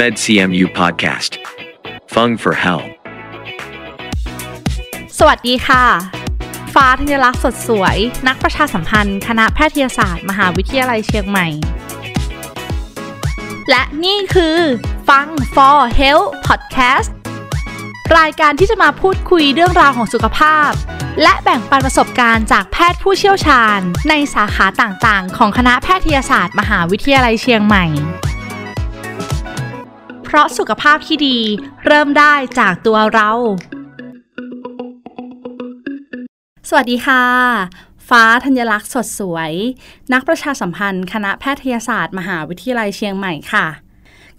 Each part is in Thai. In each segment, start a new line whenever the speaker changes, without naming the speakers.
MedCMU Podcast. Fung for Hell.
สวัสดีค่ะ ฟ้าธัญลักษณ์สดสวย นักประชาสัมพันธ์ คณะแพทยศาสตร์ มหาวิทยาลัยเชียงใหม่ และนี่คือฟัง for health podcast รายการที่จะมาพูดคุยเรื่องราวของสุขภาพ และแบ่งปันประสบการณ์จากแพทย์ผู้เชี่ยวชาญ ในสาขาต่างๆ ของคณะแพทยศาสตร์ มหาวิทยาลัยเชียงใหม่ เพราะสุขภาพที่ดีเริ่มได้จากตัวเรา สวัสดีค่ะ ฟ้าธัญลักษณ์สดสวย นักประชาสัมพันธ์ คณะแพทยศาสตร์ มหาวิทยาลัยเชียงใหม่ค่ะ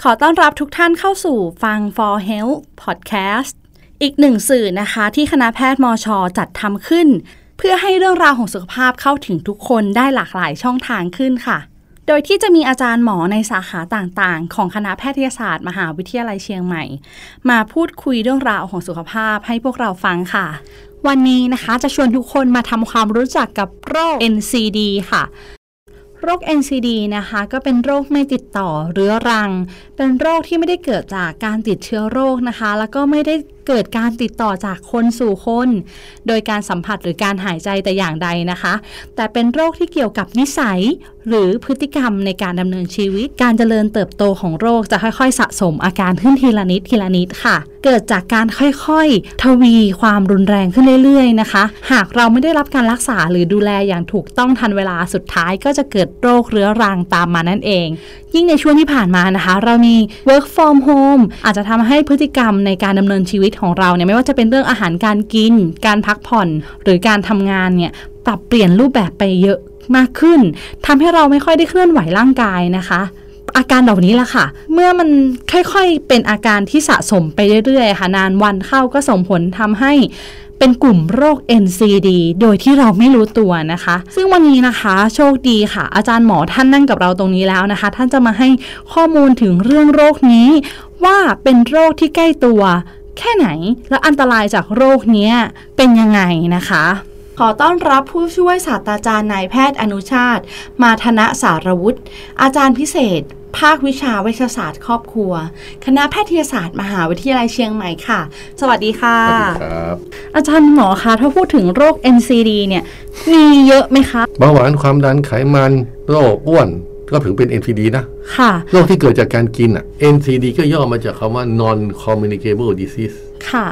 ขอต้อนรับทุกท่านเข้าสู่ฟัง For Health Podcast อีกหนึ่งสื่อนะคะที่คณะแพทย์มอชอจัดทำขึ้น เพื่อให้เรื่องราวของสุขภาพเข้าถึงทุกคนได้หลากหลายช่องทางขึ้นค่ะ โดยที่จะมีอาจารย์หมอในสาขาต่างๆ ของคณะแพทยศาสตร์ มหาวิทยาลัยเชียงใหม่ มาพูดคุยเรื่องราวของสุขภาพให้พวกเราฟังค่ะ
วันนี้นะคะจะชวนทุกคนมาทำความรู้จักกับโรค NCD ค่ะ โรค NCD นะคะ ก็เป็นโรคไม่ติดต่อเรื้อรัง เป็นโรคที่ไม่ได้เกิดจากการติดเชื้อโรคนะคะ แล้วก็ไม่ได้เกิดการติดต่อจากคนสู่คน โดยการสัมผัสหรือการหายใจแต่อย่างใดนะคะ แต่เป็นโรคที่เกี่ยวกับนิสัย หรือพฤติกรรมในการดำเนินชีวิต การเจริญเติบโตของโรคจะค่อยๆ สะสมอาการขึ้นทีละนิดทีละนิดค่ะ เกิดจากการค่อยๆ ทวีความรุนแรงขึ้นเรื่อยๆนะคะ หากเราไม่ได้รับการรักษาหรือดูแลอย่างถูกต้องทันเวลาสุดท้าย ก็จะเกิดโรคเรื้อรังตามมานั่นเอง ยิ่งในช่วงที่ผ่านมานะคะ เรามี work from home อาจจะทำให้พฤติกรรมในการดำเนินชีวิตของเราเนี่ยไม่ว่าจะเป็นเรื่องอาหารการกิน การพักผ่อน หรือการทำงานเนี่ยปรับเปลี่ยนรูปแบบไปเยอะมากขึ้นทำให้เราไม่ค่อยได้เคลื่อนไหวร่างกายนะคะ อาการเหล่านี้ละค่ะ เมื่อมันค่อยๆเป็นอาการที่สะสมไปเรื่อยๆค่ะนานวันเข้าก็ส่งผลทำให้ เป็นกลุ่มโรค NCD โดยที่เราไม่รู้ตัวนะคะ ซึ่งวันนี้นะคะโชคดีค่ะ อาจารย์หมอท่านนั่งกับเราตรงนี้แล้วนะคะ ท่านจะมาให้ข้อมูลถึงเรื่องโรคนี้ ว่าเป็นโรคที่ใกล้ตัว แค่ไหนและอันตรายจากโรคเนี้ยเป็นยังไงนะคะ
ขอต้อนรับผู้ช่วยศาสตราจารย์นายแพทย์อนุชาติ มาธนะสารวุฒิอาจารย์พิเศษ ภาควิชาเวชศาสตร์ครอบครัว คณะแพทยศาสตร์ มหาวิทยาลัยเชียงใหม่ค่ะ สวัสดีค่ะ
สวัสดีครับ
อาจารย์หมอคะถ้าพูดถึงโรค NCD เนี่ยมีเยอะไหมคะ
เบาหวานความดันไขมันโรคอ้วนก็ถึงเป็น NCD นะ
ค่ะ
โรคที่เกิดจากการกินอ่ะ NCD ก็ย่อมาจากคำว่า non communicable disease
ค่ะ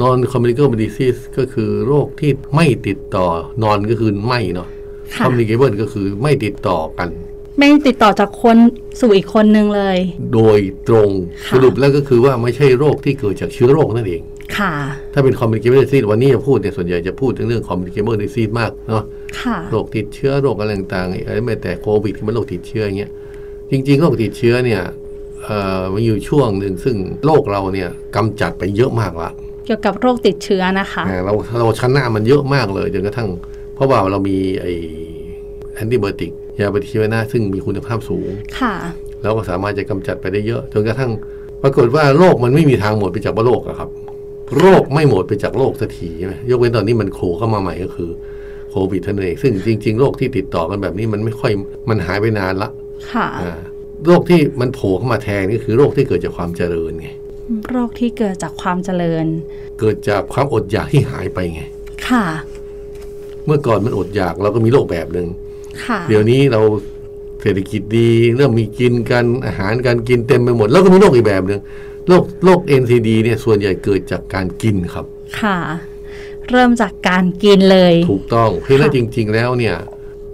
non communicable disease ก็คือโรคที่ไม่ติดต่อ non ก็คือไม่เนาะ
ค่ะ
communicable ก็คือไม่ติดต่อกัน
ไม่ติดต่อจากคนสู่อีกคนนึงเลย
โดยตรง
ค่ะ
สรุปแล้วก็คือว่าไม่ใช่โรคที่เกิดจากเชื้อโรคนั่นเอง
ค่ะ
ถ้าเป็น communicable disease วันนี้จะพูดเนี่ยส่วนใหญ่จะพูดถึงเรื่อง communicable disease มากเนาะ
ค่ะ
โรคติดเชื้อโรคอะไรต่างๆอะไรไม่แต่โควิดที่มันโรคติดเชื้ออย่างเงี้ยจริงๆโรคติดเชื้อเนี่ยเอ่อมันอยู่ช่วงหนึ่งซึ่งโรคเราเนี่ยกำจัดไปเยอะมากละ
เกี่ยวกับโรคติดเชื้อนะคะ
อ่าเราเราชนะมันเยอะมากเลยจนกระทั่ง เพราะว่าเรามีไอแอนติบอติกยาปฏิชีวนะซึ่งมีคุณภาพสูง
ค่ะ
เราก็สามารถจะกำจัดไปได้เยอะจนกระทั่ง ปรากฏว่าโรคมันไม่มีทางหมดไปจากโรคอะครับ โรคไม่หมดไปจากโรคสักทีใช่ไหมยกเว้นตอนนี้มันโผล่เข้ามาใหม่ก็คือโควิดเท่านั้นเองซึ่งจริง ๆ โรคที่ติดต่อกันแบบนี้มันไม่ค่อยมันหายไปนานละ
ค่ะ
อ่าโรคที่มันโผล่เข้ามาแทนก็คือโรคที่เกิดจากความเจริญไง
โรคที่เกิดจากความเจริญ
เกิดจากความอดอยากที่หายไปไง
ค่ะ
เมื่อก่อนมันอดอยากเราก็มีโรคแบบหนึ่ง
ค่ะ
เดี๋ยวนี้เราเศรษฐกิจดีเริ่มมีกินกันอาหารการกินเต็มไปหมด แล้วก็มีโรคอีกแบบหนึ่งโรคโรค NCD เนี่ยส่วนใหญ่เกิดจากการกินครับ
ค่ะ เริ่มจากการกินเลย
ถูกต้องเพราะฉะนั้น
ค่ะ
จริง ๆ แล้วเนี่ย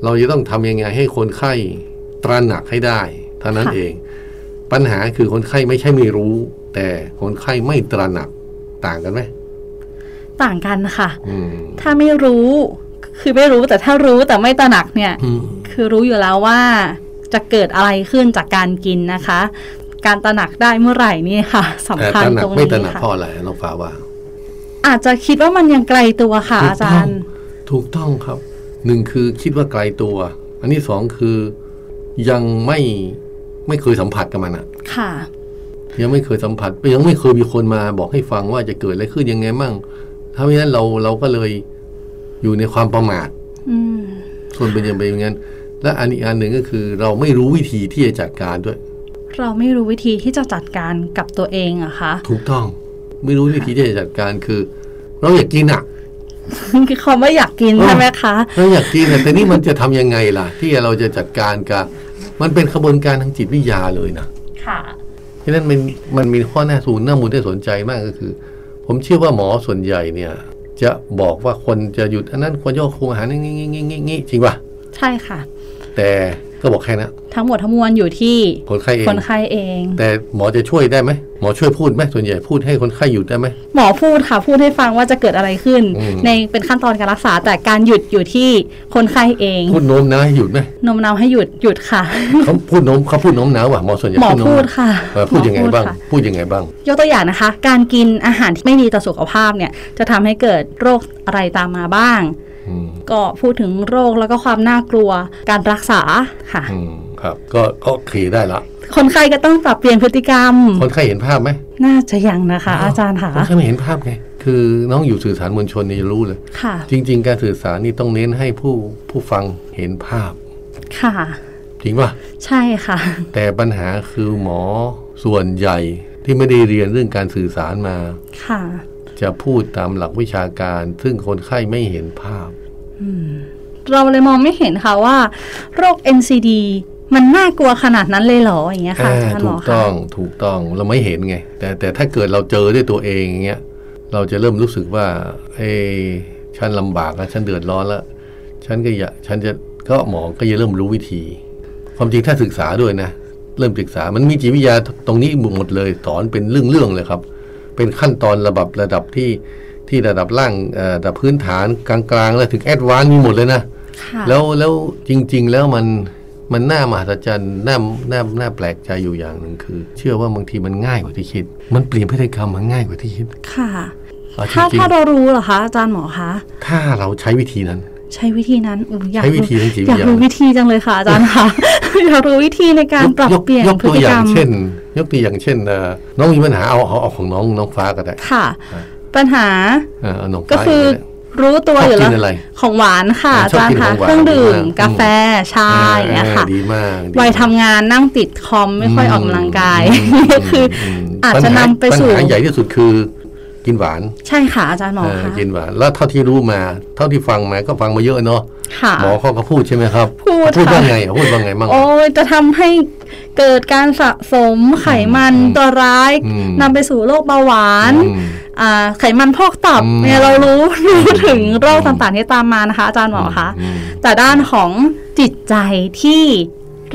เราจะต้องทำยังไงให้คนไข้ตระหนักให้ได้เท่านั้นเอง ปัญหาคือคนไข้ไม่ใช่ไม่รู้ แต่คนไข้ไม่ตระหนักต่างกันไหม
ต่างกันค่ะ
อืม
ถ้าไม่รู้ คือไม่รู้แต่ถ้ารู้แต่ไม่ตระหนักเนี่ย
อืม
คือรู้อยู่แล้วว่าจะเกิดอะไรขึ้นจากการกินนะคะ การตระหนักได้เมื่อไหร่นี่ค่ะสำ
แต่
คัญ
ตระห
ต
นัก
รง
ไม่
นี้
ตระหนักเพ
ค่ะ
ราะอะไรน้องฟ้าว่า
อาจจะคิดว่ามันยังไกลตัวค่ะ อาจารย์
ถูกต้องครับหนึ่งคือคิดว่าไกลตัว อันที่สองคือยังไม่ไม่เคยสัมผัสกับมันอะ
ค่ะ
ยังไม่เคยสัมผัสยังไม่เคยมีคนมาบอกให้ฟังว่าจะเกิดอะไรขึ้นยังไงมั่งถ้าไม่นั้นเราเราก็เลยอยู่ในความประมาท
อืม
ส่วนเป็นอยังไงเป็นอย่างนั้นและอันอีกอันหนึ่งก็คือ เราไม่รู้วิธีที่จะจัดการด้วย
เราไม่รู้วิธีที่จะจัดการกับตัวเองเหรอะคะ
ถูกต้อง ไม่รู้วิธีที่จะจัดการคือ เราอยากกินอ่ะ
คือคำว่าอยากกิน
อ๋อ
ใช่ไหมคะ
เราอยากกินอะแต่นี่มันจะทำยังไงล่ะ ที่เราจะจัดการกับมันเป็นขบวนการทางจิตวิทยาเลยนะ
ค่ะ
เพราะฉะนั้นมันมันมีข้อหน้าสูนหน้ามูลที่สนใจมากก็คือ ผมเชื่อว่าหมอส่วนใหญ่เนี่ย จะบอกว่าคนจะหยุดอันนั้นควรโยกคุมอาหารงี้งี้งี้งี้งี้จริงป่ะ
ใช่ค่ะ
แต่ก็บอกแค่นั้น
ทั้งหมดทั้งมวลอยู่ที่
คนไข้เอง
คนไข้เอง
แต่หมอจะช่วยได้ไหมหมอช่วยพูดไหมส่วนใหญ่พูดให้คนไข้หยุดได้ไหม
หมอพูดค่ะ พูดให้ฟังว่าจะเกิดอะไรขึ้น
อืม
ในเป็นขั้นตอนการรักษาแต่การหยุดอยู่ที่คนไข้เอง
พูดโน้มน้าวให้หยุดไหม
โนมนาวให้หยุดหยุดค่ะ
เขาพูดโน้มเขาพูดโน้มน้าวว่ะหมอส่วนใหญ่
หมอ
พูดโน้ม
พูด
น้าว
ค่ะ
เออพูดยังไงบ้าง
หมอค่ะ
พูดยังไงบ้าง
ยกตัวอย่างนะคะ การกินอาหารที่ไม่ดีต่อสุขภาพเนี่ย จะทำให้เกิดโรคอะไรตามมาบ้าง
อืม
ก็พูดถึงโรคแล้วก็ความน่ากลัวการรักษาค่ะ
อืมครับ ก็ก็เคลียร์ได้ละ
คนไข้ก็ต้องปรับเปลี่ยนพฤติกรรม
คนไข้เห็นภาพไหม
น่าจะยังนะคะ อาจารย์ค่ะ
ผมแค่ไม่เห็นภาพไง คือน้องอยู่สื่อสารมวลชนเนี่ยจะรู้เลย
ค่ะ
จริง ๆ การสื่อสารนี่ต้องเน้นให้ผู้ผู้ฟังเห็นภาพ
ค่ะ
จริงป่ะ
ใช่ค่ะ
แต่ปัญหาคือหมอส่วนใหญ่ที่ไม่ได้เรียนเรื่องการสื่อสารมา
ค่ะ
จะพูดตามหลักวิชาการ ซึ่งคนไข้ไม่เห็นภาพ
เราเลยมองไม่เห็นค่ะว่า โรค NCD มันน่ากลัวขนาดนั้นเลยเหรออย่างเงี้ยค่ะอาจารย์หม
ถู
อก ค่ะ
ต้องถูกต้องเราไม่เห็นไง แต่แต่ถ้าเกิดเราเจอด้วยตัวเองอย่างเงี้ยเราจะเริ่มรู้สึกว่าเอ้ยฉันลำบากแล้วฉันเดือดร้อนแล้ว ฉันก็อยากฉันจะก็หมอก็จะเริ่มรู้วิธี ความจริงถ้าศึกษาด้วยนะ เริ่มศึกษามันมีจิตวิทยาตรงนี้หมดเลยสอนเป็นเรื่องๆเลยครับ เป็นขั้นตอนระดับระดับที่ที่ระดับล่างเอ่อระดับพื้นฐานกลางๆ แล้วถึงแอดวานซ์มีหมดเลยนะ
ค่ะ
แล้วแล้วจริง ๆ แล้วมันมันน่ามหัศจรรย์น่าน่าน่าแปลกใจอยู่อย่างหนึ่งคือ เชื่อว่าบางทีมันง่ายกว่าที่คิด มันเปลี่ยนพฤติกรรมมันง่ายกว่าที่คิด
ค่ะ
เอจ
ถ้า
ริง
ถ้าเรารู้เหรอคะอาจารย์หมอคะ
ๆถ้าเราใช้วิธีนั้น
ใช้วิธีนั้นอุ๊ยอยาก
ใช้วิ
รู้
ธีทั้งจิต
อ
วิ
ยาก
ทยา
รู้วิธีจังเลยค่ะอาจารย์ค่ะ อยากรู้วิธีในการปรับเปลี่ยน
ยก
พฤ
ตัว
ติ
อก
ร
ย่าง
รม
เช่น ยกตัวอย่างเช่นเอ่อน้องมีปัญหาเอาเอาเอาของน้องน้องฟ้าก็ได้
ค่ะ ปัญหา
เออเอาน้องฟ้า
ก็คือ
ก็ได้
รู้ตัวอยู่
ชอบกิน
แล้ว
อะไร
ของหวานค่ะอา
ชอบ
จาร
กิ
ย์
น
ค่ะ
ของหวาน
เครื่องดื่ม
มาก
กาแฟชาอย่างเงี้ยค่ะ
ออดีมากดีมาก
วัยทำงานนั่งติดคอมไม่ค่อยออกกำลังกาย คืออ
ม
อาจจะนำไปสู่
ปัญหาใหญ่ที่สุดคือกินหวาน
ใช่ค่ะอาจารย์หมอ
เออ
คะ
กินหวาน แล้วเท่าที่รู้มา เท่าที่ฟังมาก็ฟังมาเยอะเนาะ
ค่ะ
หมอเขาก็พูดใช่ไหมครับ
พูด
พูด
ค่ะ
ว่าไงอ่ะพูดว่าไงบ้าง
โอ้ยจะทำให้เกิดการสะสมไขมัน
อืม
ตัวร้าย
อืม
นำไปสู่โรคเบาหวาน
อืม
อ่าไขมันพอกตับ
อืม
เนี่ยเรารู้ รู้ถึงโรค
อืม
ต่างๆที่ตามมานะคะ อาจารย์หมอคะ
ม
แต่ด้านของจิตใจที่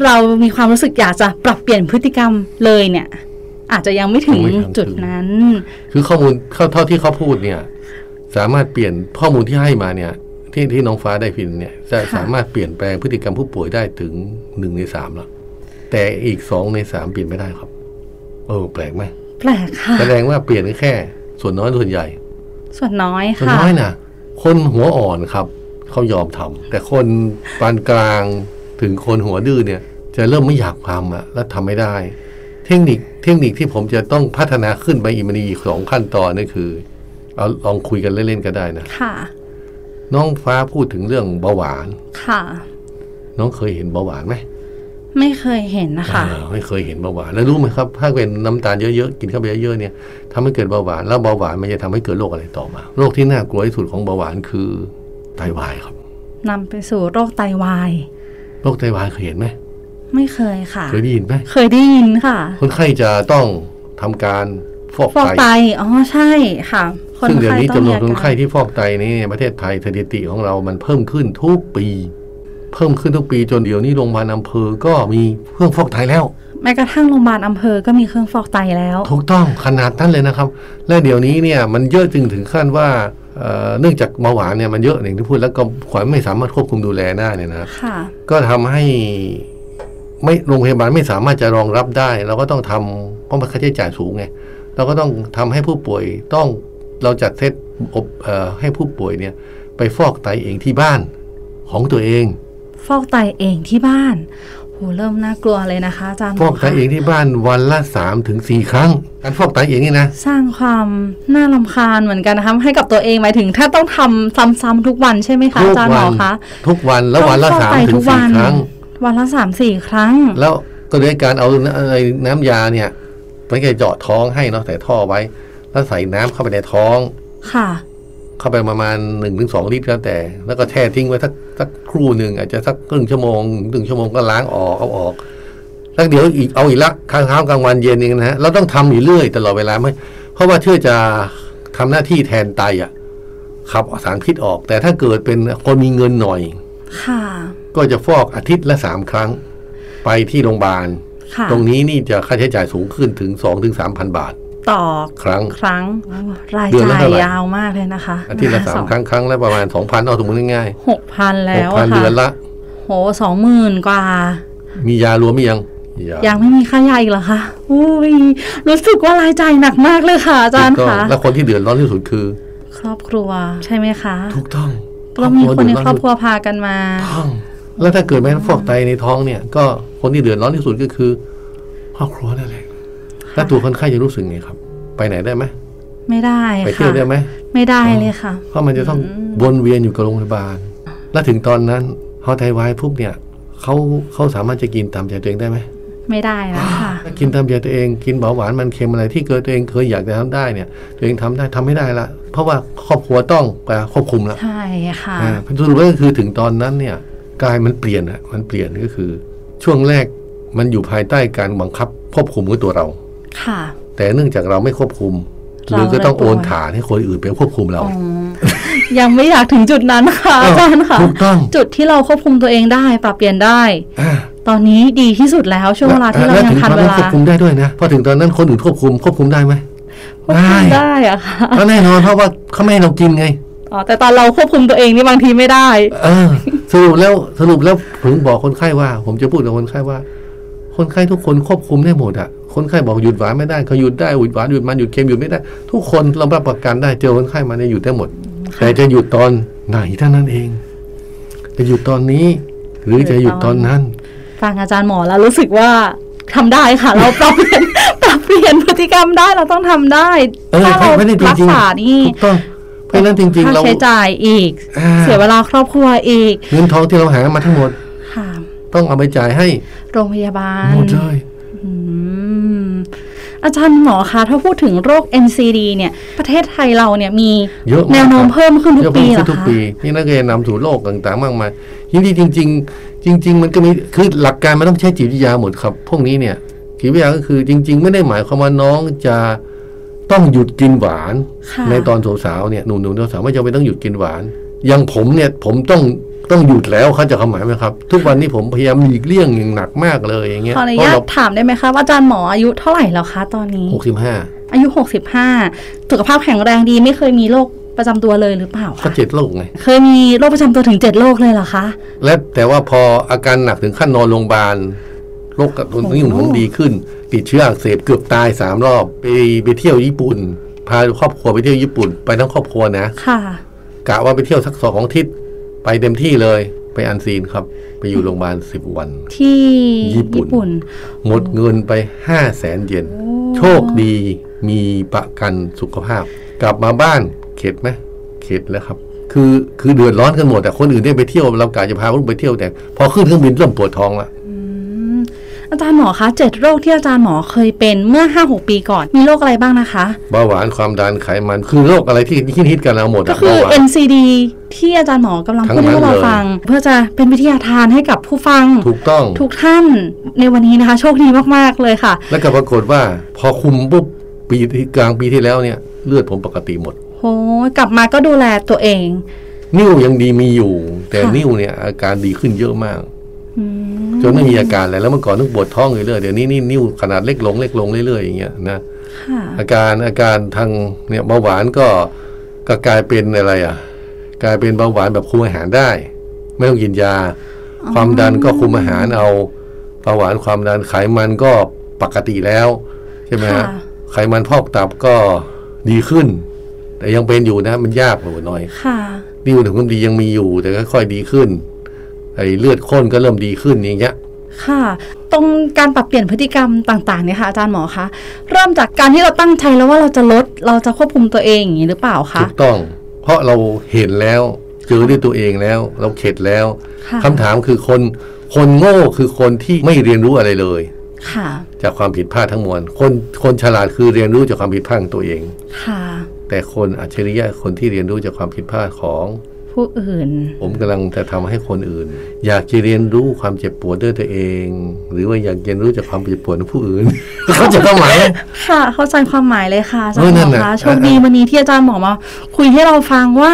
เรามีความรู้สึกอยากจะปรับเปลี่ยนพฤติกรรมเลยเนี่ย อาจจะยังไม่ถึงจุดนั้น
คือข้อมูลเท่าเท่าที่เขาพูดเนี่ย สามารถเปลี่ยนข้อมูลที่ให้มาเนี่ย ที่ที่น้องฟ้าได้พินเนี่ยจะ
ค่ะ
สามารถเปลี่ยนแปลงพฤติกรรมผู้ป่วยได้ถึงหนึ่งในสามแล้วแต่อีกสองในสามเปลี่ยนไม่ได้ครับ เออ แปลกไหม
แปลกค่ะ
แสดงว่าเปลี่ยนแค่ ส่วนน้อยส่วนใหญ่
ส่วนน้อย
ส่วน
ค่ะ
น้อยนะคนหัวอ่อนครับ เขายอมทำแต่คนปานกลางถึงคนหัวดื้อเนี่ย จะเริ่มไม่อยากทำอะและทำไม่ได้ เทคนิคเทคนิคที่ผมจะต้องพัฒนาขึ้นไปอีกมันมีสองขั้นตอนนั่นคือเอาลองคุยกันเล่นๆก็ได้นะ
ค่ะ
น้องฟ้าพูดถึงเรื่องเบาหวาน
ค่ะ
น้องเคยเห็นเบาหวานไหม
ไม่เคยเห็นนะคะ
อ่าไม่เคยเห็นเบาหวานแล้วรู้ไหมครับ ถ้าเป็นน้ำตาลเยอะๆกินเข้าไปเยอะๆเนี่ยทำให้เกิดเบาหวานแล้วเบาหวานมันจะทำให้เกิดโรคอะไรต่อมาโรคที่น่ากลัวที่สุดของเบาหวานคือไตวายครับ
นำไปสู่โรคไตวาย
โรคไตวายเคยเห็นไหม
ไม่เคยค่ะ
เคยได้ยินไหม
เคยได้ยินค่ะ
คนไข้จะต้องทำการฟอก
ฟอก
ไต
ไต อ๋อ ใช่ค่ะ คน
ซึ่งเดี๋ยว
ไข้
นี้
ต้อง
จำน
มี
วน
อา
คน
กา
ไข้
ร
ที่ฟอกไตนี่ประเทศไทยสถิติของเรามันเพิ่มขึ้นทุกปี เพิ่มขึ้นทุกปีจนเดี๋ยวนี้โรงพยาบาลอำเภอก็มีเครื่องฟอกไตแล้ว
แม้กระทั่งโรงพยาบาลอำเภอก็มีเครื่องฟอกไตแล้ว
ถูกต้องขนาดนั้นเลยนะครับ และเดี๋ยวนี้เนี่ยมันเยอะจึงถึงขั้นว่าเอ่อเนื่องจากเบาหวานเนี่ยมันเยอะอย่างที่พูดแล้วก็ขวัญไม่สามารถควบคุมดูแลได้เนี่ยนะ
ค่ะ
ก็ทำให้ไม่โรงพยาบาลไม่สามารถจะรองรับได้ เราก็ต้องทำเพราะมันค่าใช้จ่ายสูงไงเราก็ต้องทำให้ผู้ป่วยต้องเราจัดเซตอบเอ่อให้ผู้ป่วยเนี่ยไปฟอกไตเองที่บ้านของตัวเอง
ฟอกไตเองที่บ้านโหเริ่มน่ากลัวเลยนะคะอาจารย์
ฟอกไตเองที่บ้านวันละสามถึงสี่ครั้ง การฟอกไตเองนี่นะ
สร้างความน่าลำคาญเหมือนกันนะคะให้กับตัวเองหมายถึง ถ้าต้องทำซ้ำๆทุกวันใช่ไหมคะ
ทุก
อาจารย์หม
วั
อน คะ
ทุกวันแล้ววันละ
ต้องฟอก
สาม
ไต
ถึ
ทุก
งสี่
วัน
ครั้ง
วันละสามสี่ครั้ง
แล้ว ก็เลยการเอาไอ้น้ำยาเนี่ยไม่ใช่เจาะท้องให้เนาะใส่ท่อไว้ แล้วใส่น้ำเข้าไปในท้อง
ค่ะ
เข้าไปประมาณหนึ่งถึงสองลิตรแล้วแต่ แล้วก็แช่ทิ้งไว้สักสักครู่หนึ่งอาจจะสักครึ่งชั่วโมงถึงชั่วโมงก็ล้างออกเอาออกแล้วเดี๋ยวอีกเอาอีกละค้างเช้ากลางวันเย็นเองนะฮะเราต้องทำอยู่เรื่อยตลอดเวลาไหมเพราะว่าเชื่อจะทำหน้าที่แทนไตอะขับสารพิษออก แต่ถ้าเกิดเป็นคนมีเงินหน่อย
ค่ะ
ก็จะฟอกอาทิตย์ละสามครั้ง ไปที่โรงพยาบาล
ค่ะ
ตรงนี้นี่จะค่าใช้จ่ายสูงขึ้นถึงสองถึงสามพันบาท
ต่อ
ครั้ง
ครั้ง ราย
เดือนละ
จ่าย
เท่าไหร่
ยาวมากเลยนะคะ
อาทิตย์ละสามครั้งครั้งละประมาณสองพันเอาสมมติง่าย
หกพัน
ๆห
แล้
ก
ว
พัน
อะ
เดือน
ค่ะ
ละ
โหสองหมื่นกว่า
มียารวมไหมยัง
ยังไม่มีค่ายาอีกเหรอคะอุ้ยรู้สึกว่ารายจ่ายหนักมากเลยค่ะอาจารย์
ถูกต้
ค่ะ
งแล้วคนที่เดือดร้อนที่สุดคือ
ครอบครัวใช่ไหมคะ
ถูกต้อง
ต้องมีคนในครอบค
รัว
รัวพากันมา
เดือดร้อนที่สุดถูกต้องแล้วถ้าเกิดแม่ฟอกไตในท้องเนี่ย ก็คนที่เดือดร้อนที่สุดก็คือ ครอบครัวนั่นแหละแล้วตัวคนไข้จะรู้สึกไงครับ ไปไหนได้ไหม
ไม่ได้
ไปเที่ย
ค่ะ
วได้ไหม
ไม่ได้เลยค่ะ
เพราะมันจะต้องวนเวียนอยู่กับโรงพยาบาล แล้วถึงตอนนั้นพอไตวายปุ๊บเนี่ยเขาเขาสามารถจะกินตามใจตัวเองได้ไหม
ไม่ได้แล้วค่ะ
ถ้ากินตามใจตัวเองกินเบาหวานมันเค็มอะไรที่เกิดตัวเองเคยอยากจะทำได้เนี่ย ตัวเองทำได้ทำไม่ได้ละ เพราะว่าครอบครัวต้องไปควบคุมละ
ใช่ค่ะ
อ่าสรุปก็คือถึงตอนนั้นเนี่ยกายมันเปลี่ยนอะมันเปลี่ยนก็คือ ช่วงแรกมันอยู่ภายใต้การบังคับควบคุมของตัวเรา
ค่ะ
แต่เนื่องจากเราไม่ควบคุม หรือก็ต้องโอนฐานให้คนอื่นไปควบคุมเรา
ยังไม่อยากถึงจุดนั้นค่ะอาจารย์ค่ะ
ถูกต้อง
จุดที่เราควบคุมตัวเองได้ ปรับเปลี่ยนได้
อ่า
ตอนนี้ดีที่สุดแล้วช่วงเวลาที่เรา
แะ
ยัง
ถึง
ทัน
ตอน
เว
นั้น
ลา
ควบคุมได้ด้วยนะพอถึงตอนนั้นคนอื่นควบคุมควบคุมได้ไหม
ควบคุมได้อะค่ะ
ก็แน่นอนเพราะว่าเขาไม่ให้เรากินไง
อ๋อแต่ตอนเราควบคุมตัวเองนี่บางทีไม่ได้
เออสรุปแล้วสรุปแล้วผมบอกคนไข้ว่า ผมจะพูดกับคนไข้ว่า คนไข้ทุกคนควบคุมได้หมดอ่ะคนไข้บอกหยุดหวานไม่ได้เขาหยุดได้หยุดหวานหยุดมันหยุดเค็มหยุดไม่ได้ ทุกคนเรารับประกันได้เจอคนไข้มาเนี่ยหยุดได้หมด แต่จะหยุดตอนไหนเท่านั้นเอง จะหยุดตอนนี้ หรือจะหยุดตอนนั้น
ฟังอาจารย์หมอแล้วรู้สึกว่าทำได้ค่ะ เราปรับเปลี่ยน ปรับเปลี่ยนพฤติกรรมได้เราต้องทำได้
เออ
ถ้าเรา
ไม่ได้จริงๆ
รัษานี่
ถูกต้องเพราะฉะนั้นจริง ๆ
ค่า
เรา
ใช้จ่ายอีก
อ่า
เสียเวลาครอบครัวอีก
เงินทองที่เราหามาทั้งหมด
ค่ะ
ต้องเอาไปจ่ายให้
โรงพยาบาล
หมดเลย
อืมอาจารย์หมอคะถ้าพูดถึงโรค NCD เนี่ย ประเทศไทยเราเนี่ยมี
เยอะมาก
แนวโน้ม
ครับ
เพิ่มขึ้นทุกปี
เย
เหรอ
อะมากขึ้นทุก
คะ
ปีนี่นักเรียนนำสู่โลกต่างๆ มากมายยิ่งที่จริง ๆ จริง ๆ มันก็มีคือหลักการมันต้องใช้จิตวิทยาหมดครับ พวกนี้เนี่ยจิตวิทยาก็คือจริง ๆ ไม่ได้หมายความว่าน้องจะต้องหยุดกินหวาน
ค่ะ
ในตอนสาวๆเนี่ยหนุ่มๆสาวๆไม่จำเป็นต้องหยุดกินหวาน อย่างผมเนี่ยผมต้องต้องหยุดแล้วเขาใจะความหมายไหมครับ ทุกวันนี้ผมพยายามหลีกเลี่ยงอย่างหนักมากเลยอย่างเงี้ย
ขออนุ
เพราะ
ญาต
เรา
ถามได้ไหมคะว่าอาจารย์หมออายุเท่าไหร่แล้วคะตอนนี้
หกสิบห้า
อายุ 65สุขภาพแข็งแรงดีไม่เคยมีโรคประจำตัวเลยหรือเปล่า
ก็
คะ
เจ็ดโรคไง
เคยมีโรคประจำตัวถึง 7 โรคเลยเหรอคะ
และแต่ว่าพออาการหนักถึงขั้นนอนโรงพยาบาลโรคกับคนนี้ของผมดีขึ้น ติดเชื้ออักเสบเกือบตายสามรอบไปไปเที่ยวญี่ปุ่น พาครอบครัวไปเที่ยวญี่ปุ่น ไปทั้งครอบครัวนะ
ค่ะ
กะว่าไปเที่ยวสักสองอาทิตย์ไปเต็มที่เลยไปอันซีนครับ ไปอยู่โรงพยาบาลสิบวัน
ที่
ญี่ปุ่น
ญี่ปุ่น
หมดเงินไปห้าแสนเยนโชคดีมีประกันสุขภาพ กลับมาบ้านเข็ดไหมเข็ดแล้วครับ คือคือเดือดร้อนกันหมดแต่คนอื่นได้ไปเที่ยวเรากะจะพาลูกไปเที่ยวแต่ พอขึ้นเครื่องบินเริ่มปวดท้องละ
อาจารย์หมอคะ7โรคที่อาจารย์หมอเคยเป็นเมื่อ 5-6 ปีก่อน มีโรคอะไรบ้างนะคะ
เบาหวานความดันไขมันคือโรคอะไรที่ที่ฮิตกันเราหมด
ก็
อะ
คือ
เบาหวาน
NCD ที่อาจารย์หมอกำลังพูดให้พวกเรา
ทั้งนั้นเลย
ฟัง เพื่อจะเป็นวิทยาทานให้กับผู้ฟัง
ถูกต้อง
ทุกท่านในวันนี้นะคะ โชคดีมาก ๆ เลยค่ะ
แล้วก็ปรากฏว่า พอคุมปุ๊บปีที่กลางปีที่แล้วเนี่ย เลือดผมปกติหมด
โหกลับมาก็ดูแลตัวเอง
นิ้วยังดีมีอยู่ แต่
ค่ะ
นิ้วเนี่ยอาการดีขึ้นเยอะมาก
อืม
จนไม่มีอาการอะไรแล้วเมื่อก่อนต้องปวดท้องอยู่เรื่อยเดี๋ยวนี้นี่นิ้วขนาดเล็กลงเล็กลงเรื่อยๆอย่างเงี้ยนะ
ค่ะ
อาการอาการทางเนี่ยเบาหวานก็ก็กลายเป็นอะไรอ่ะ กลายเป็นเบาหวานแบบคุมอาหารได้ ไม่ต้องกินยา ความดันก็คุมอาหารเอาเบาหวานความดันไขมันก็ปกติแล้ว ใช่ไหมฮะ
ค่ะ
ไขมันพอกตับก็ดีขึ้น แต่ยังเป็นอยู่นะมันยากกว่าหน่อย
ค่ะ
นิ้วถึงคุณดียังมีอยู่ แต่ก็ค่อยดีขึ้นไอ้เลือดข้นก็เริ่มดีขึ้นอย่างเงี้ย
ค่ะ ตรงการปรับเปลี่ยนพฤติกรรมต่างๆเนี่ยค่ะอาจารย์หมอคะเริ่มจากการที่เราตั้งใจแล้วว่าเราจะลดเราจะควบคุมตัวเองอย่างนี้หรือเปล่าคะ
ถูกต้อง เพราะเราเห็นแล้วเจอด้วยตัวเองแล้ว เราเข็ดแล้ว
ค่ะ
คำถามคือคนคนโง่คือคนที่ไม่เรียนรู้อะไรเลย
ค่ะ
จากความผิดพลาดทั้งมวลคนคนฉลาดคือเรียนรู้จากความผิดพลาดของตัวเอง
ค่ะ
แต่คนอัจฉริยะคนที่เรียนรู้จากความผิดพลาดของ
ผู้อื่น
ผมกำลังจะทำให้คนอื่น อยากจะเรียนรู้ความเจ็บปวดด้วยตัวเอง หรือว่าอยากเรียนรู้จากความเจ็บปวดของผู้อื่น เขาใจะต้องหมาย
ค่ะ เข้าใจความหมายเลยค่ะอาจาร
เอ
ย์
อ
หม
นั่
อน
น่ะ
คะ
เออ
โชคดีวันนี้ที่อาจารย์หมอมาคุยให้เราฟังว่า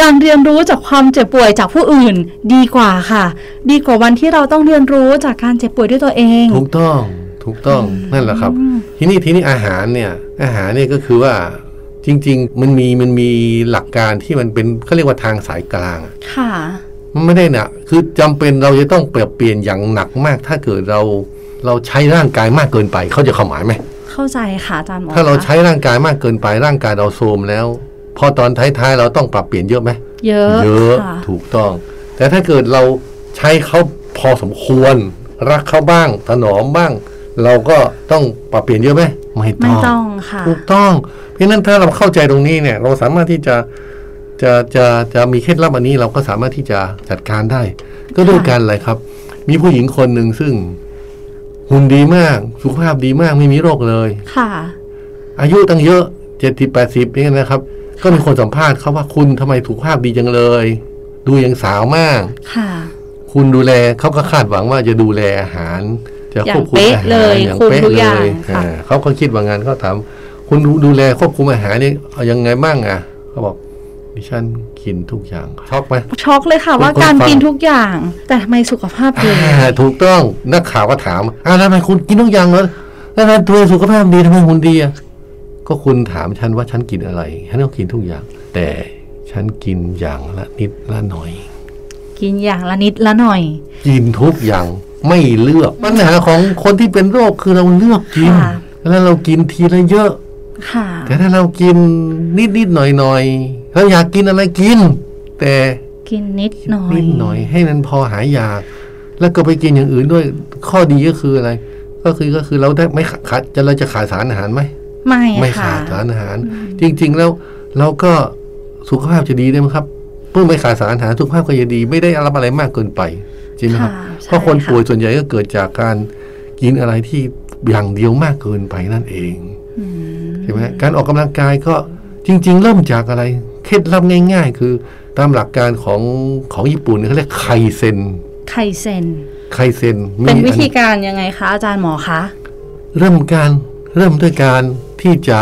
การเรียนรู้จากความเจ็บป่วยจากผู้อื่น ดีกว่าค่ะ ดีกว่าวันที่เราต้องเรียนรู้จากการเจ็บป่วยด้วยตัวเอง
ถูกต้องถูกต้องนั่นแหละครับ ทีนี้ทีนี้อาหารเนี่ยอาหารเนี่ยก็คือว่าจริง ๆ มันมีมันมีหลักการที่มันเป็นเขาเรียกว่าทางสายกลางอะ
ค่ะ
มันไม่ได้หนะคือจำเป็นเราจะต้องเปลี่ยนเปลี่ยนอย่างหนักมาก ถ้าเกิดเราเราใช้ร่างกายมากเกินไปเขาใจะเข้าหมายไหม
เข้าใจค่ะอาจารย์หมอ
ถ้าเรา
คะ
ใช้ร่างกายมากเกินไปร่างกายเราโทรมแล้ว พอตอนท้ายๆเราต้องปรับเปลี่ยนเยอะไหม
เยอะ
เยอะ
ค่ะ
ถูกต้อง แต่ถ้าเกิดเราใช้เขาพอสมควร รักเขาบ้างถนอมบ้าง เราก็ต้องปรับเปลี่ยนเยอะไหมไม่
ไม่ต้องค่ะ
ถูกต้อง เพราะฉะนั้นถ้าเราเข้าใจตรงนี้เนี่ย เราสามารถที่จะจะจะจะมีเคล็ดลับอันนี้เราก็สามารถที่จะจัดการได้ ก็ด้วยการอะไรครับ มีผู้หญิงคนหนึ่งซึ่งหุ่นดีมากสุขภาพดีมากไม่มีโรคเลย
ค่ะ
อายุตั้งเยอะเจ็ดสิบแปดสิบนี่ยนะครับ ก็มีคนสัมภาษณ์เขาว่าคุณทำไมสุขภาพดีจังเลย ดูยังสาวมาก
ค่ะ
คุณดูแลเขาก็คาดหวังว่าจะดูแลอาหาร จะควบคุมอาหาร
อย่างเป๊ะเลยคุมทุกอย่างค่ะ
อ่าเขาก็คิดว่างานเขาถามคุณดูดูแลควบคุมอาหารนี่เอายังไงบ้างอ่ะเขาบอกดิฉันกินทุกอย่างช็อกไหม
ช็อกเลยค่ะว่า
คุณ
การ
ฟัง
กินทุกอย่าง แต่ทำไมสุขภาพดี
อ่าถูกต้องนักข่าวก็ถามอ่าแล้วทำไมคุณกินทุกอย่างแล้วแล้วทำไมตัวสุขภาพดีทำไมหุ่นดีอ่ะก็คุณถามฉันว่าฉันกินอะไรฉันก็กินทุกอย่าง แต่ฉันกินอย่างละนิดละหน่อย
กินอย่างละนิดละหน่อย
กินทุกอย่างไม่เลือกปัญหาของคนที่เป็นโรคคือเราเลือกกิน
ค่ะ
แล้วเรากินทีละเยอะ
ค่ะ
แต่ถ้าเรากินนิดนิดๆหน่อยหน่อยๆเราอยากกินอะไรกิน แต่
กินนิดหน่อย
นิดหน่อยให้มันพอหายอยาก แล้วก็ไปกินอย่างอื่นด้วยข้อดีก็คืออะไร ก็คือก็คือเราได้ไม่ขาดจะเราจะขาดสารอาหารไหม
ไม่
ไม่
ค่ะ
ขาดสารอาหาร จริง ๆ แล้วเราก็สุขภาพจะดีได้ไหมครับเมื่อไม่ขาดสารอาหารสุขภาพก็จะดีไม่ได้รับอะไรมากเกินไปจริงไหมครับ
ค่ะใช่
เพราะคน
ค่ะ
ป่วยส่วนใหญ่ก็เกิดจากการกินอะไรที่อย่างเดียวมากเกินไปนั่นเองใช่ไหมการออกกำลังกายก็จริง ๆ เริ่มจากอะไรเคล็ดลับง่าย ๆ คือตามหลักการของของญี่ปุ่นเขาเรียกไคเซน
ไคเซน
ไคเซนมี
เป็นวิ
อั
ธีการยังไงคะอาจารย์หมอคะ
เริ่มการเริ่มด้วยการที่จะ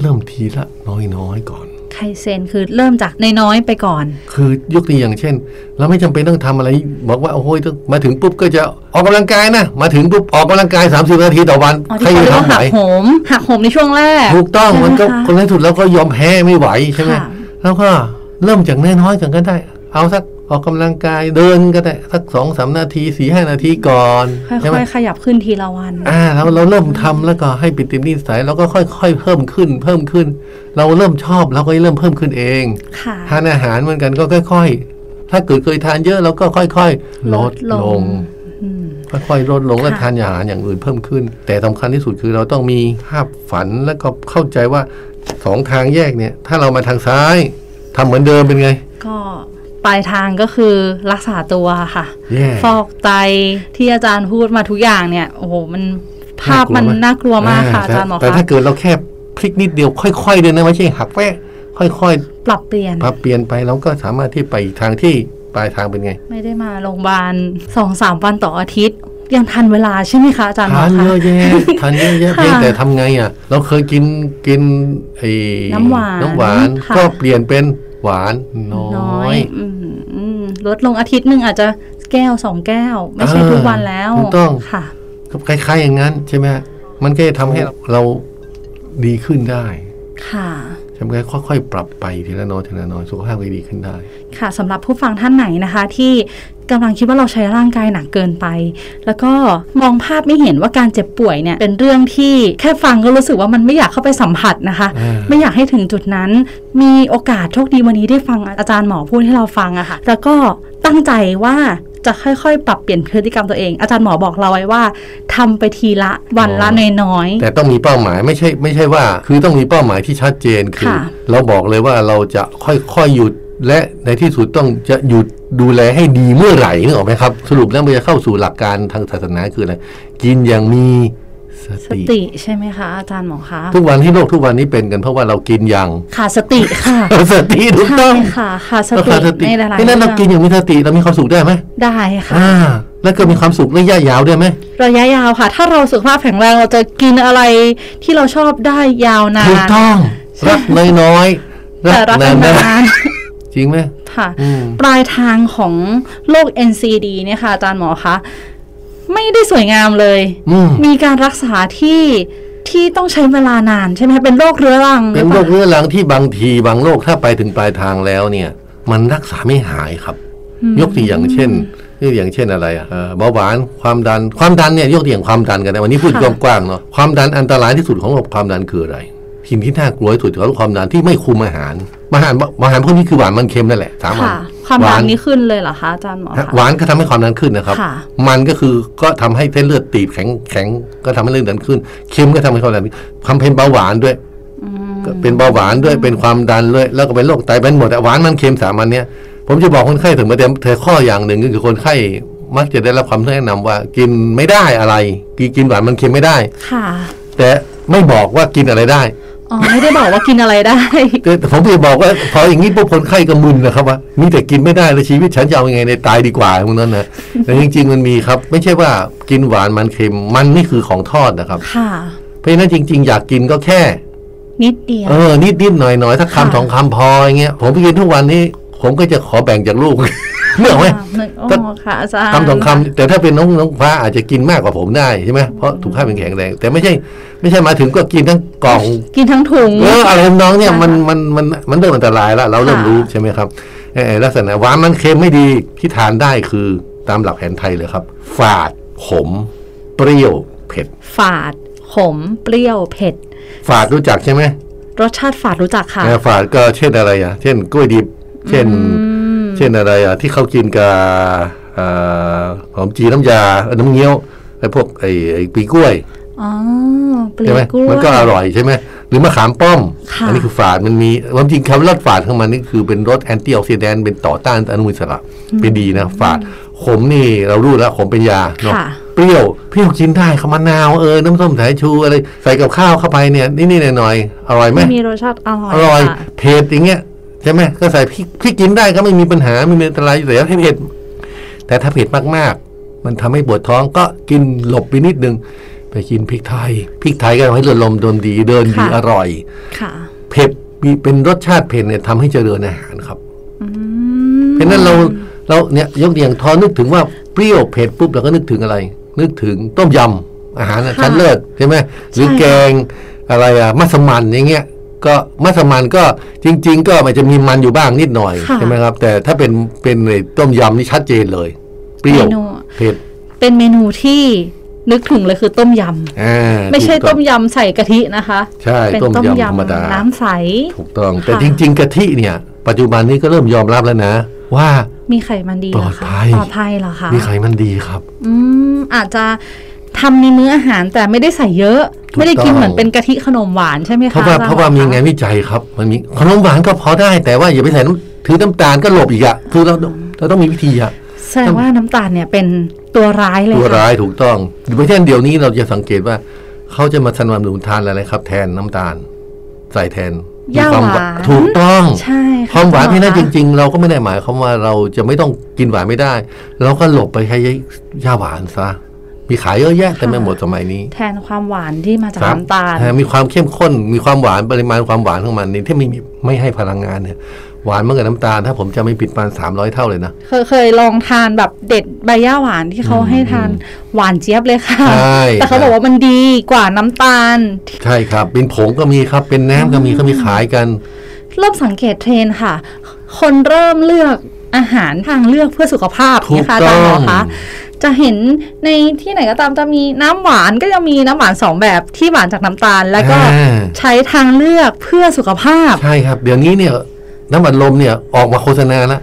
เริ่มทีละน้อยๆก่อน
ไคเซนคือเริ่มจากน้อยๆไปก่อน
คือยกตัวอย่างเช่น เราไม่จำเป็นต้องทำอะไร บอกว่าโอ้ยต้องมาถึงปุ๊บก็จะออกกำลังกายนะ มาถึงปุ๊บออกกำลังกาย 30 นาทีต่อวัน
อ๋อ
ใคร
ที่เขาเรียก
จะ
ว่า
ทำไหว
หักโหม หักโหมในช่วงแรก
ถูกต้องมันก็
ใช่ไหมคะ
คนในที่สุดเราก็ยอมแพ้ไม่ไหวใช่ไหม
ค่ะ
แล้วก็เริ่มจากน้อยๆก่อนก็ได้ เอาสักออกกำลังกายเดินก็ได้สักสองสามนาทีสี่ห้านาทีก่อน
ค่
ใช่ไหม
อยๆ ขยับขึ้นทีละวัน
อ่าเราเราเริ่มทำแล้วก็ให้ปิดติมนิสัยเราก็ค่อย ๆ เพิ่มขึ้น เพิ่มขึ้น เราเริ่มชอบเราก็เริ่มเพิ่มขึ้นเอง
ค่ะ
ทานอาหารเหมือนกันก็ค่อย ๆ ถ้าเกิดเคยทานเยอะเราก็ค่อย ๆ ลด
ล
ล
ดลง
ง
อืม
ค่อยๆลดลงและ
ค่ะ
ทานอาหารอย่างอื่นเพิ่มขึ้น แต่สำคัญที่สุดคือเราต้องมีภาพฝันแล้วก็เข้าใจว่าสองทางแยกเนี่ย ถ้าเรามาทางซ้ายทำเหมือนเดิมเป็นไง
ก็ปลายทางก็คือรักษาตัวค่ะ
แย่
ฟอกไตที่อาจารย์พูดมาทุกอย่างเนี่ย โอ้โห มันภาพ
น่ากลัว
มัน
ไห
น่ากลัว
ม
มากค่ะอาจารย์หมอ
แต่แต่
คะ
ถ้าเกิดเราแค่พลิกนิดเดียวค่อยๆเดินนะไม่ใช่หักแวะค่อยๆ
ปรับเปลี่ยน
ปรับเปลี่ยนไปเราก็สามารถที่ไปอีกทางที่ปลายทางเป็นไง
ไม่ได้มาโรงพยาบาลสองสามวันต่ออาทิตย์ ยังทันเวลาใช่ไหมคะอาจารย์หมอ
ทาน
คะ
เยอะแยะ ทานเยอะแยะ
ค่ะ
เพียงแต่ทำไงอ่ะ เราเคยกินกินไอ้
น้ำหวาน
น้ำหวาน
ค่ะ
ก็เปลี่ยนเป็นหวานน้
น้
อ
อย ยอืมอืมลดลงอาทิตย์หนึ่งอาจจะแก้วสองแก้ว ไม่ใช่ทุกวันแล้ว
ถูกต้อง
ค่ะ
ก็คล้ายๆอย่างนั้นใช่ไหมฮะมันก็จะทำให้เราดีขึ้นได้
ค่ะ
ใช่ไหมค่อยๆ ปรับไปทีละน้อยทีละน้อยสุขภาพก็ดีขึ้นได้
ค่ะสำหรับผู้ฟังท่านไหนนะคะ ที่กำลังคิดว่าเราใช้ร่างกายหนักเกินไป แล้วก็มองภาพไม่เห็นว่าการเจ็บป่วยเนี่ยเป็นเรื่องที่แค่ฟังก็รู้สึกว่ามันไม่อยากเข้าไปสัมผัสนะคะ
อ่า
ไม่อยากให้ถึงจุดนั้น มีโอกาสโชคดีวันนี้ได้ฟังอาจารย์หมอพูดให้เราฟังอะค่ะ แล้วก็ตั้งใจว่าจะค่อยๆ ปรับเปลี่ยนพฤติกรรมตัวเอง อาจารย์หมอบอกเราไว้ว่าทำไปทีละวันละน้อย
แต่ต้องมีเป้าหมายไม่ใช่ไม่ใช่ว่า คือต้องมีเป้าหมายที่ชัดเจนคือ
ค่ะ
เราบอกเลยว่าเราจะค่อยๆหยุดและในที่สุดต้องจะหยุดดูแลให้ดีเมื่อไหร่นึกออกไหมครับ สรุปแล้วมันจะเข้าสู่หลักการทางศาสนาคืออะไร กินอย่างมีส
ส
ติ
ติใช่ไหมคะ อาจารย์หมอคะ
ทุกวันที่โลกทุกวันนี้เป็นกันเพราะว่าเรากินอย่าง
ขาดสติค่ะ
สติถูกต้อง
ใช่ค่ะขาดส
เรา
ติ
ขาดสติ
ในหลายๆ
เพราะฉะนั้นเรากินอย่างมีสติเรามีความสุขได้ไหม
ได้ค่ะ
อ่า แล้วก็มีความสุขระยะยาวได้ไหม
ระยะยาวค่ะ ถ้าเราสุขภาพแข็งแรงเราจะกินอะไรที่เราชอบได้ยาวนา
ถูก
น
ต้องรักน้อยๆ
แต่รักน
ได้
าน
จริงไหม
ๆค่ะ
อืม
ปลายทางของโรค NCD เนี่ยค่ะอาจารย์หมอคะไม่ได้สวยงามเลย
อืม
มีการรักษาที่ที่ต้องใช้เวลานานใช่ไหมคะเป็นโรคเรื้อรังห
เป็
รื
น
อเปล่า
โรคเรื้อรังที่บางทีบางโรคถ้าไปถึงปลายทางแล้วเนี่ย มันรักษาไม่หายครับ ยกตัวอย่างเช่นยกตัวอย่างเช่นอะไรอะเอ่อเบาหวานความดันความดันเนี่ยยกตัวอย่างความดันกันนะวันนี้พูดกว้างๆเนาะความดันอันตรายที่สุดของโรคความดันคืออะไรสิ่งที่น่ากลัวที่สุดของโรคความดันที่ไม่คุมอาหารอาหารอาหารพวกนี้คือหวานมันเค็มนั่นแหละสามัญ
ค่ะ ความ
ห
ดั
วาน
นี้ขึ้นเลยเหรอคะอาจารย์หมอ
ฮะ
คะ
หวานก็ทำให้ความดันขึ้นนะครับ
ค่ะ
มันก็คือก็ทำให้เส้นเลือดตีบแข็งแข็งก็ทำให้เลือดดันขึ้นเค็มก็ทำให้ความดันขึ้นความเป็นเบาหวานด้วย
อืม
ก็เป็นเบาหวานด้วยเป็นความดันด้วยแล้วก็เป็นโรคไตเป็นหมดอะหวานมันเค็มสามัญเนี่ยผมจะบอกคนไข้ถึงมาเต็มเธอข้ออย่างหนึ่งก็คือคนไข้มักจะได้รับความแนะนำว่ากินไม่ได้อะไรกินกินหวานมันเค็มไม่ได้
ค่ะ
แต่ไม่บอกว่ากินอะไรได้
อ๋อไม่ได้บอกว่ากินอะไรได้
แต่แต่ผมจะบอกว่าพออย่างนี้พวกคนไข้ก็มึนนะครับว่ามีแต่กินไม่ได้แล้วชีวิตฉันจะเอายังไงในยตายดีกว่าพวกนั้นนะแต่จริง ๆ มันมีครับ ไม่ใช่ว่ากินหวานมันเค็มมันนี่คือของทอดนะครับ
ค่ะ
เพราะฉะนั้นจริง ๆ อยากกินก็แค่
นิดเดียว
เออนิดนิดหน่อยหน่อยถ้า
ค่ะ
คำสองคำพออย่างเงี้ยผมไปกินทุกวันนี้ ผมก็จะขอแบ่งจากลูก เนื่ออกไหม
ค่ะนึกออกค่ะอาจารย์
คำสองคำแต่ถ้าเป็นน้องน้องฟ้าอาจจะกินมากกว่าผมได้ใช่ไหมเพราะถุงข้าวเป็นแข็งแรงแต่ไม่ใช่ ไม่ใช่มาถึงก็กินทั้งกล่อง
กินทั้งถุง
เอออะไรทำน้องเนี่ย
ค่ะ
มันมันมันมันเริ่มอันตรายแล้ว เราเริ่ม
ค่ะ
รู้ใช่ไหมครับเออเออลักษณะหวานมันเค็มไม่ดีที่ทานได้คือตามหลักแผนไทยเลยครับ ฝาดขม เปรี้ยวเผ็ด
ฝาด ขม เปรี้ยว เผ็ด
ฝาดรู้จักใช่ไหม
รสชาติฝาดรู้จักค่ะ
นะฝาดก็เช่นอะไรอ่ะ เช่นกล้วยดิบ เช่น เช่นอะไรอ่ะ ที่เขากินกับเอ่อหอมจีนน้ำยาเอ่อน้ำเงี้ยวไอ้พวกไอ้ไอ้ปีกล้วย
อ๋อ เปลี่ย
ใช่
น
ไหม
กล้วย
มัก็อร่อยใช่ไหมหรือมะขามป้อม
ค่ะ
อันี้คือฝาดมันมีความจริงคำว่ารสฝาดของมันนี่คือเป็นรสแอนตี้ออกซิแดนต์เป็นต่อต้านอนุมูลอิสระเป็นดีนะฝาดขมนี่เรารู้แล้วขมเป็นยาเนาะ
ค่ะ
เปรี้ยวเปรี้ยวกินได้ขมะนาวเออน้ำส้มสายชูอะไรใส่กับข้าวเข้าไปเนี่ยนี่ๆหน่อยๆอร่อยไหม
ไม่มีรสชาติอร่อย
อร่อย
ค่ะ
เผ็ดอย่างเงี้ยใช่ไหมก็ใส่พริกพริกกินได้ก็ไม่มีปัญหาไม่มีอันตรายแต่ถ้าเผ็ดแต่ถ้าเผ็ดมากๆ มันทำให้ปวดท้องก็กินหลบไปนิดนึง ไปกินพริกไทยพริกไทยก็ทำให้เลือดลมเดินดีเดินดีอร่อย
ค่ะ
เผ็ดมีเป็นรสชาติเผ็ดเนี่ยทำให้เจริญอาหารครับ
อืม
เพราะฉะนั้นเราเราเนี่ยยกตัวอย่างทอนึกถึงว่าเปรี้ยวเผ็ดปุ๊บเราก็นึกถึงอะไร นึกถึงต้มยำอาหารน่ะชั้นเลิศใช่ไหมหรือแกงอะไรอะมัสมันอย่างเงี้ยก็มัสมันก็จริง ๆ ก็มันจะมีมันอยู่บ้างนิดหน่อยใช่ไหมครับ แต่ถ้าเป็นเป็นไอ้ต้มยำนี่ชัดเจนเลย เปรี้ยวเผ็ด
เป็นเมนูที่นึกถึงเลยคือต้มย
อ่า
ำ ไม่ใช่
ถูก
ต้
อง
มยำใส่กะทินะคะ
ใช่
เป็น
ต้ม
ต้ม
ยำธรรมดาย
ำน้ำใส
ถูกต้อง แต่
ค่ะ
จริง ๆกะทิเนี่ย ปัจจุบันนี้ก็เริ่มยอมรับแล้วนะ ว่า
มีไขมันดีเหรคะ
ปลอดภัย
ปลอดภัยเหรอคะ
มีไขมันดีครับ
อืมอาจจะทำในมื้ออาหารแต่ไม่ได้ใส่เยอะ
ถูก
ไม่ได้กิน
ต้อง
เหมือนเป็นกะทิขนมหวานใช่ไหมคะ
เพราะว่า
อจย์
เพราะว่า
หอ
มี
ค
งานวิจัยครับ มันมีขนมหวานก็พอได้แต่ว่าอย่าไปใส่น้ำถือน้ำตาลก็หลบอีกอะคือเราเราต้องมีวิธีอะ
แสดงว่าน้ำตาลเนี่ยเป็นตัวร้ายเลย
ตัว
ค่ะ
ร้ายถูกต้องเพราะฉะนั้นเดี๋ยวนี้เราจะสังเกตว่า เขาจะมาสนับสนุนทานอะไรครับ แทนน้ำตาล ใส่แทน
ย่า
คว
ห
ม
วาน
ถูกต้อง
ใช่ะ
ความหวานที่นั่นจ
คุณมอคะ
ริง ๆ เราก็ไม่ได้หมายความว่าเราจะไม่ต้องกินหวานไม่ได้ เราก็หลบไปใช้ยาหวานซะมีขายเยอะแยะแต่ไม่หมดสมัยนี้
แทนความหวานที่มาจาก
ครับ
น้ำตาล
เออมีความเข้มข้น มีความหวานปริมาณความหวานของมันนี่ที่ไม่มีไม่ให้พลังงานเนี่ย หวานมากกว่าน้ำตาล ถ้าผมจะไม่ปิดประมาณสามร้อยเท่าเลยนะ
เคยเคยลองทานแบบเด็ดใบย่าหวานที่เขาให้ทานหวานเจี๊ยบเลยค่ะ
ใช่
แต่เขาบอกว่ามันดีกว่าน้ำตาล
ใช่ครับ เป็นผงก็มีครับ เป็นน้ำก็มีเขามีขายกัน
เริ่มสังเกตเทรนด์ค่ะ คนเริ่มเลือกอาหารทางเลือกเพื่อสุขภาพ
ถูก
นะคะ
ต้
อา
อง
จารย์หมอคะจะเห็นในที่ไหนก็ตามจะมีน้ำหวานก็ยังมีน้ำหวานสองแบบที่หวานจากน้ำตาล แล้วก็
อ่า
ใช้ทางเลือกเพื่อสุขภาพ
ใช่ครับ เดี๋ยวนี้เนี่ยน้ำอัดลมเนี่ยออกมาโฆษณาละ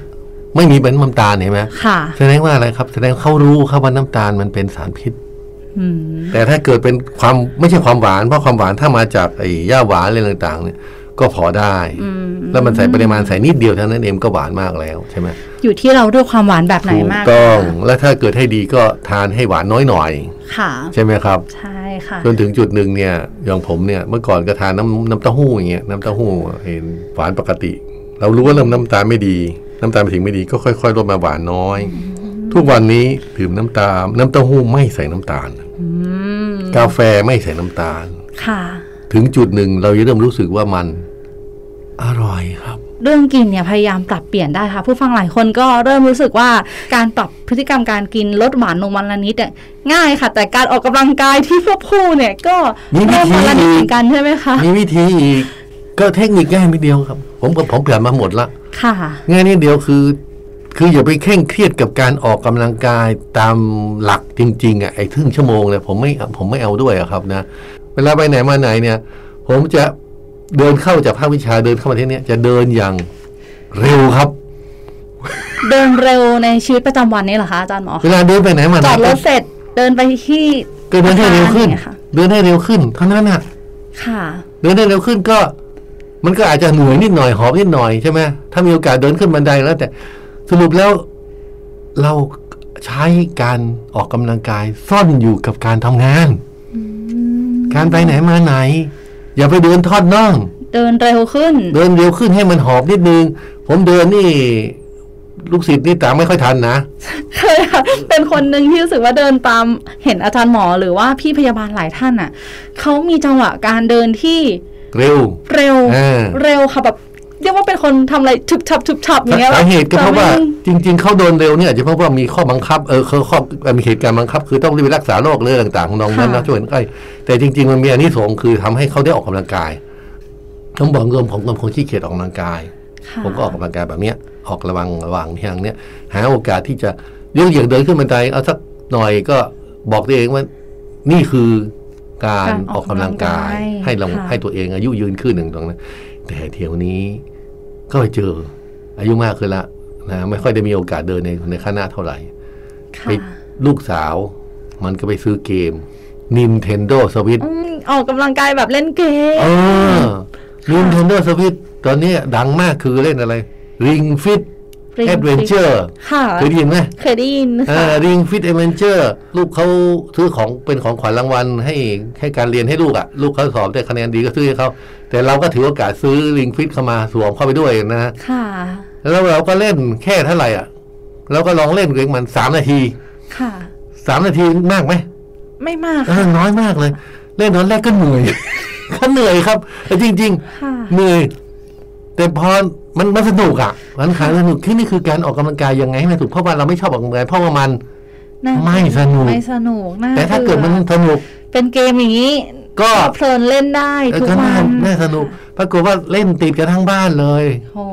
ไม่มีเป็นน้ำตาลเห็นไหม
ค่ะ
แสดงว่าอะไรครับ แสดงเขารู้ครับว่าน้ำตาลมันเป็นสารพิษ
อืม
แต่ถ้าเกิดเป็นความไม่ใช่ความหวานเพราะความหวานถ้ามาจากไอ้ย่าหวานอะไรต่าง ๆ เนี่ย ก็พอได้
อืม
แล้วมันใส่ปริมาณใส่นิดเดียวเท่านั้นเองก็หวานมากแล้วใช่ไหม
อยู่ที่เราเลือกความหวานแบบไหน
ถูก
มาก
ต้องและถ้าเกิดให้ดีก็ทานให้หวานน้อยหน่อย
ค่ะ
ใช่ไหมครับ
ใช่ค่ะ
จนถึงจุดหนึ่งเนี่ยอย่างผมเนี่ยเมื่อก่อนก็ทานน้ำน้ำเต้าหู้อย่างเงี้ยน้ำเต้าหู้เห็นหวานปกติ เรารู้ว่าเริ่มน้ำตาลไม่ดี น้ำตาลไปถึงไม่ดีก็ค่อยๆลดมาหวานน้อย ทุกวันนี้ดื่มน้ำตาลน้ำเต้าหู้ไม่ใส่น้ำตาล
อืม
กาแฟไม่ใส่น้ำตาล
ค่ะ
ถึงจุดหนึ่งเราจะเริ่มรู้สึกว่ามันอร่อยครับ
เรื่องกินเนี่ยพยายามปรับเปลี่ยนได้ค่ะ ผู้ฟังหลายคนก็เริ่มรู้สึกว่าการปรับพฤติกรรมการกินลดหวานลงวันละนิดเนี่ยง่ายค่ะ แต่การออกกำลังกายที่ควบคู่เนี่ยก็
มีวิธี
เริ่มวันละนิดเหมือนกันใช่ไหมคะ
มีวิธีอีกก็เทคนิคง่ายนิดเดียวครับ ผมกับผมเปลี่ยนมาหมดละ
ค่ะ
ง่ายนิดเดียวคือ คืออย่าไปเคร่งเครียดกับการออกกำลังกายตามหลักจริง ๆอ่ะไอ้ครึ่งชั่วโมงเนี่ยผมไม่ผมไม่เอาด้วยอะครับนะ เวลาไปไหนมาไหนเนี่ย ผมจะเดินเข้าจากภาควิชาเดินเข้ามาที่เนี่ยจะเดินอย่างเร็วครับ
เดินเร็วในชีวิตประจำวันนี่เหรอคะอาจารย์หมอ
เวลาเดินไปไหนมาไหน
จอดรถเสร็จเดินไปที่
ก็เดินให้เร็วขึ้น เดินให้เร็วขึ้นเท่านั้นอ่ะ
ค่ะ
เดินได้เร็วขึ้นก็ มันก็อาจจะเหนื่อยนิดหน่อยหอบนิดหน่อยใช่ไหมถ้ามีโอกาสเดินขึ้นบันไดแล้ว แต่สรุปแล้วเราใช้การออกกำลังกายซ่อนอยู่กับการทำงาน การไปไหนมาไหน อย่าไปเดินทอดน่อง
เดินเร็วขึ้น
เดินเร็วขึ้นให้มันหอบนิดนึง ผมเดินนี่ ลูกศิษย์นี่ตามไม่ค่อยทันนะ
เคยค่ะเป็นคนหนึ่งที่รู้สึกว่าเดินตามเห็นอาจารย์หมอหรือว่าพี่พยาบาลหลายท่านอ่ะเขามีจังหวะการเดินที่
เร็ว
เร็ว
อ่า
เร็วค่ะแบบเรียกว่าเป็นคนทำอะไรฉุบฉับฉุบฉับอย่างเงี้ย
สาเหตุก็เพราะว่า
จ
จริง ๆ เขาโดนเร็วเนี่ยอาจจะเพราะว่ามีข้อบังคับเออเขาข้อเอ่อมีเหตุการณ์บังคับ คือต้องรีบไปรักษาโรคเรื่องต่างๆของน้องนั้นนะช่วยไอ้แต่จริง ๆ มันมีอันนี้สงส์คือทำให้เขาได้ออกกำลังกายต้องบอกเงิมผมเป็นคนขี้เกียจออกกำลังกาย
ค่ะ
ผมก็ออกกำลังกายแบบเนี้ยออกระวังระวังทางเนี้ยหาโอกาสที่จะยกอย่างเดินขึ้นบันไดเอาสักหน่อยก็บอกตัวเองว่า นี่คือการ
การ
อ
ออ
อก ก
กำ
กำ
ลั
ลั
งกาก
งาย ย ให้เรา
ค่ะ
ให้ตัวเองอายุยืนขึ้นหนึ่งตรงนั้นแต่เดี๋ยวนี้ ก็ไปเจอ อายุมากขึ้นละนะไม่ค่อยได้มีโอกาสเดินในในข้างหน้าเท่าไหร่
ค่ะ
ไปลูกสาว มันก็ไปซื้อเกม Nintendo Switch
อืมออกกำลังกายแบบเล่นเกม
เออ Nintendo Switch ตอนนี้ดังมากคือเล่นอะไร Ring Fit
รีย
Adventure
ค่ะ
เคยได้ยินไหม
เคยได้ยินค่ะ
ริงฟิตเอเวนเจอร์ลูกเขาซื้อของเป็นของขวัญรางวัลให้ให้การเรียนให้ลูกอ่ะ ลูกเขาสอบได้คะแนนดีก็ซื้อให้เขา แต่เราก็ถือโอกาสซื้อริงฟิตเข้ามาสวมเข้าไปด้วยนะฮะ
ค่ะ
แล้วเราก็เล่นแค่เท่าไหร่อ่ะเราก็ลองเล่นกับมันสามนาที
ค่ะ
สามนาทีมากไหม
ไม่มาก
เอ
ค่ะ
อน้อยมากเลย เล่นตอนแรกก็เหนื่อย ก็เหนื่อยครับแต่จริง
ค่ะ
ๆ เหนื่อย แต่พอมันมันสนุกอ่ะมันขายสนุกที่นี่คือการออกกำลังกายยังไงให้มันถูกเพราะว่าเราไม่ชอบออกกำลังกายเพราะว่ามัน
น่า
ไม่สนุก
ไม่สนุกน่
แต่ถ้าเกิดมัน
บื่อ
สนุก
เป็นเกมอย่างนี้
ก็
เพลินเล่นได้
เออ
ทุก
ก็
วั
น่าน น่าสนุกปรากฏว่าเล่นติดกันทั้งบ้านเลย
โอ้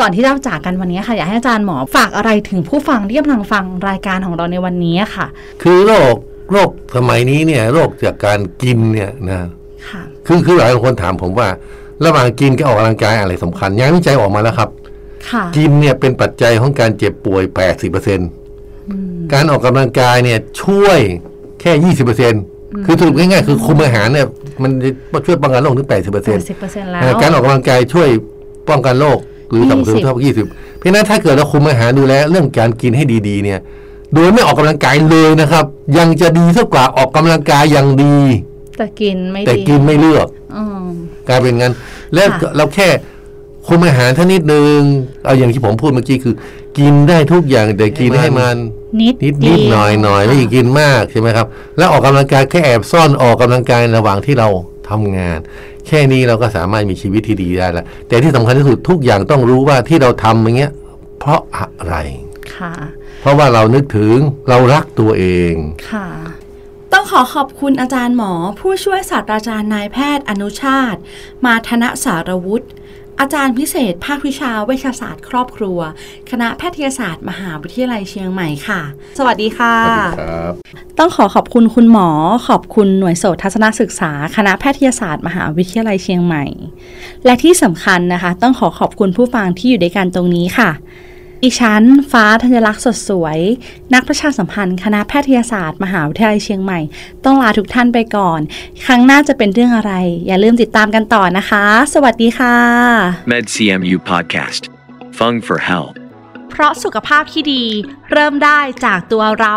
ก่อนที่เราจากกันวันนี้ค่ะ อยากให้อาจารย์หมอฝากอะไรถึงผู้ฟังที่กำลังฟังรายการของเราในวันนี้ค่ะ
คือโรคโรคสมัยนี้เนี่ย โรคจากการกินเนี่ยนะ
ค่ะ
คือคือหลายคนถามผมว่า ระหว่างกินกับออกกำลังกายอะไรสำคัญงานวิจัยออกมาแล้วครับ
ค่ะ
กินเนี่ยเป็นปัจจัยของการเจ็บป่วย 80%การออกกำลังกายเนี่ยช่วยแค่ 20%คือสรุปง่ายๆคือคุมอาหารเนี่ยมันจะช่วยป้องกันโรคถึง 80%
แปดสิบเปอร์เซ็นต์แล้ว
เอ่อการออกกำลังกายช่วยป้องกันโรคหรือ
20
ต่ำกว่าสุขภาพ20 เพราะฉะนั้นถ้าเกิดเราคุมอาหารดูแลเรื่องการกินให้ดีๆเนี่ย โดยไม่ออกกำลังกายเลยนะครับ ยังจะดีเท่ากว่าออกกำลังกายอย่างดี
แต่กินไม่
แต่
ดี
กินไม่เลือก
อืม
กลายเป็นงั้น แล้ว
ค่ะ
เราแค่คุมอาหารเท่านิดนึงเอาอย่างที่ผมพูดเมื่อกี้คือ กินได้ทุกอย่างแต่กินให้มัน
นิด
นิดนิดหน่อยหน่อยไม่
ค่ะ
ได้กินมากใช่ไหมครับ แล้วออกกำลังกายแค่แอบซ่อนออกกำลังกายระหว่างที่เราทำงาน แค่นี้เราก็สามารถมีชีวิตที่ดีได้ละแต่ที่สำคัญที่สุดทุกอย่างต้องรู้ว่าที่เราทำอย่างเงี้ย เพราะอะไร
ค่ะ
เพราะว่าเรานึกถึงเรารักตัวเอง
ค่ะ
ต้องขอขอบคุณอาจารย์หมอ ผู้ช่วยศาสตราจารย์นายแพทย์อนุชาติ มาธนสารวุฒิอาจารย์พิเศษ ภาควิชาเวชศาสตร์ครอบครัว คณะแพทยศาสตร์ มหาวิทยาลัยเชียงใหม่ค่ะ สวัสดีค่ะ
ครับ
ต้องขอขอบคุณคุณหมอ ขอบคุณหน่วยโสตทัศนศึกษา คณะแพทยศาสตร์ มหาวิทยาลัยเชียงใหม่ และที่สำคัญนะคะ ต้องขอขอบคุณผู้ฟังที่อยู่ด้วยกันตรงนี้ค่ะ
อีชั้น ฟ้าธัญลักษณ์สดสวย นักประชาสัมพันธ์ คณะแพทยศาสตร์ มหาวิทยาลัยเชียงใหม่ ต้องลาทุกท่านไปก่อน ครั้งหน้าจะเป็นเรื่องอะไร อย่าลืมติดตามกันต่อนะคะ สวัสดีค่ะ
MedCMU Podcast. Fung for Health.
เพราะสุขภาพที่ดี เริ่มได้จากตัวเรา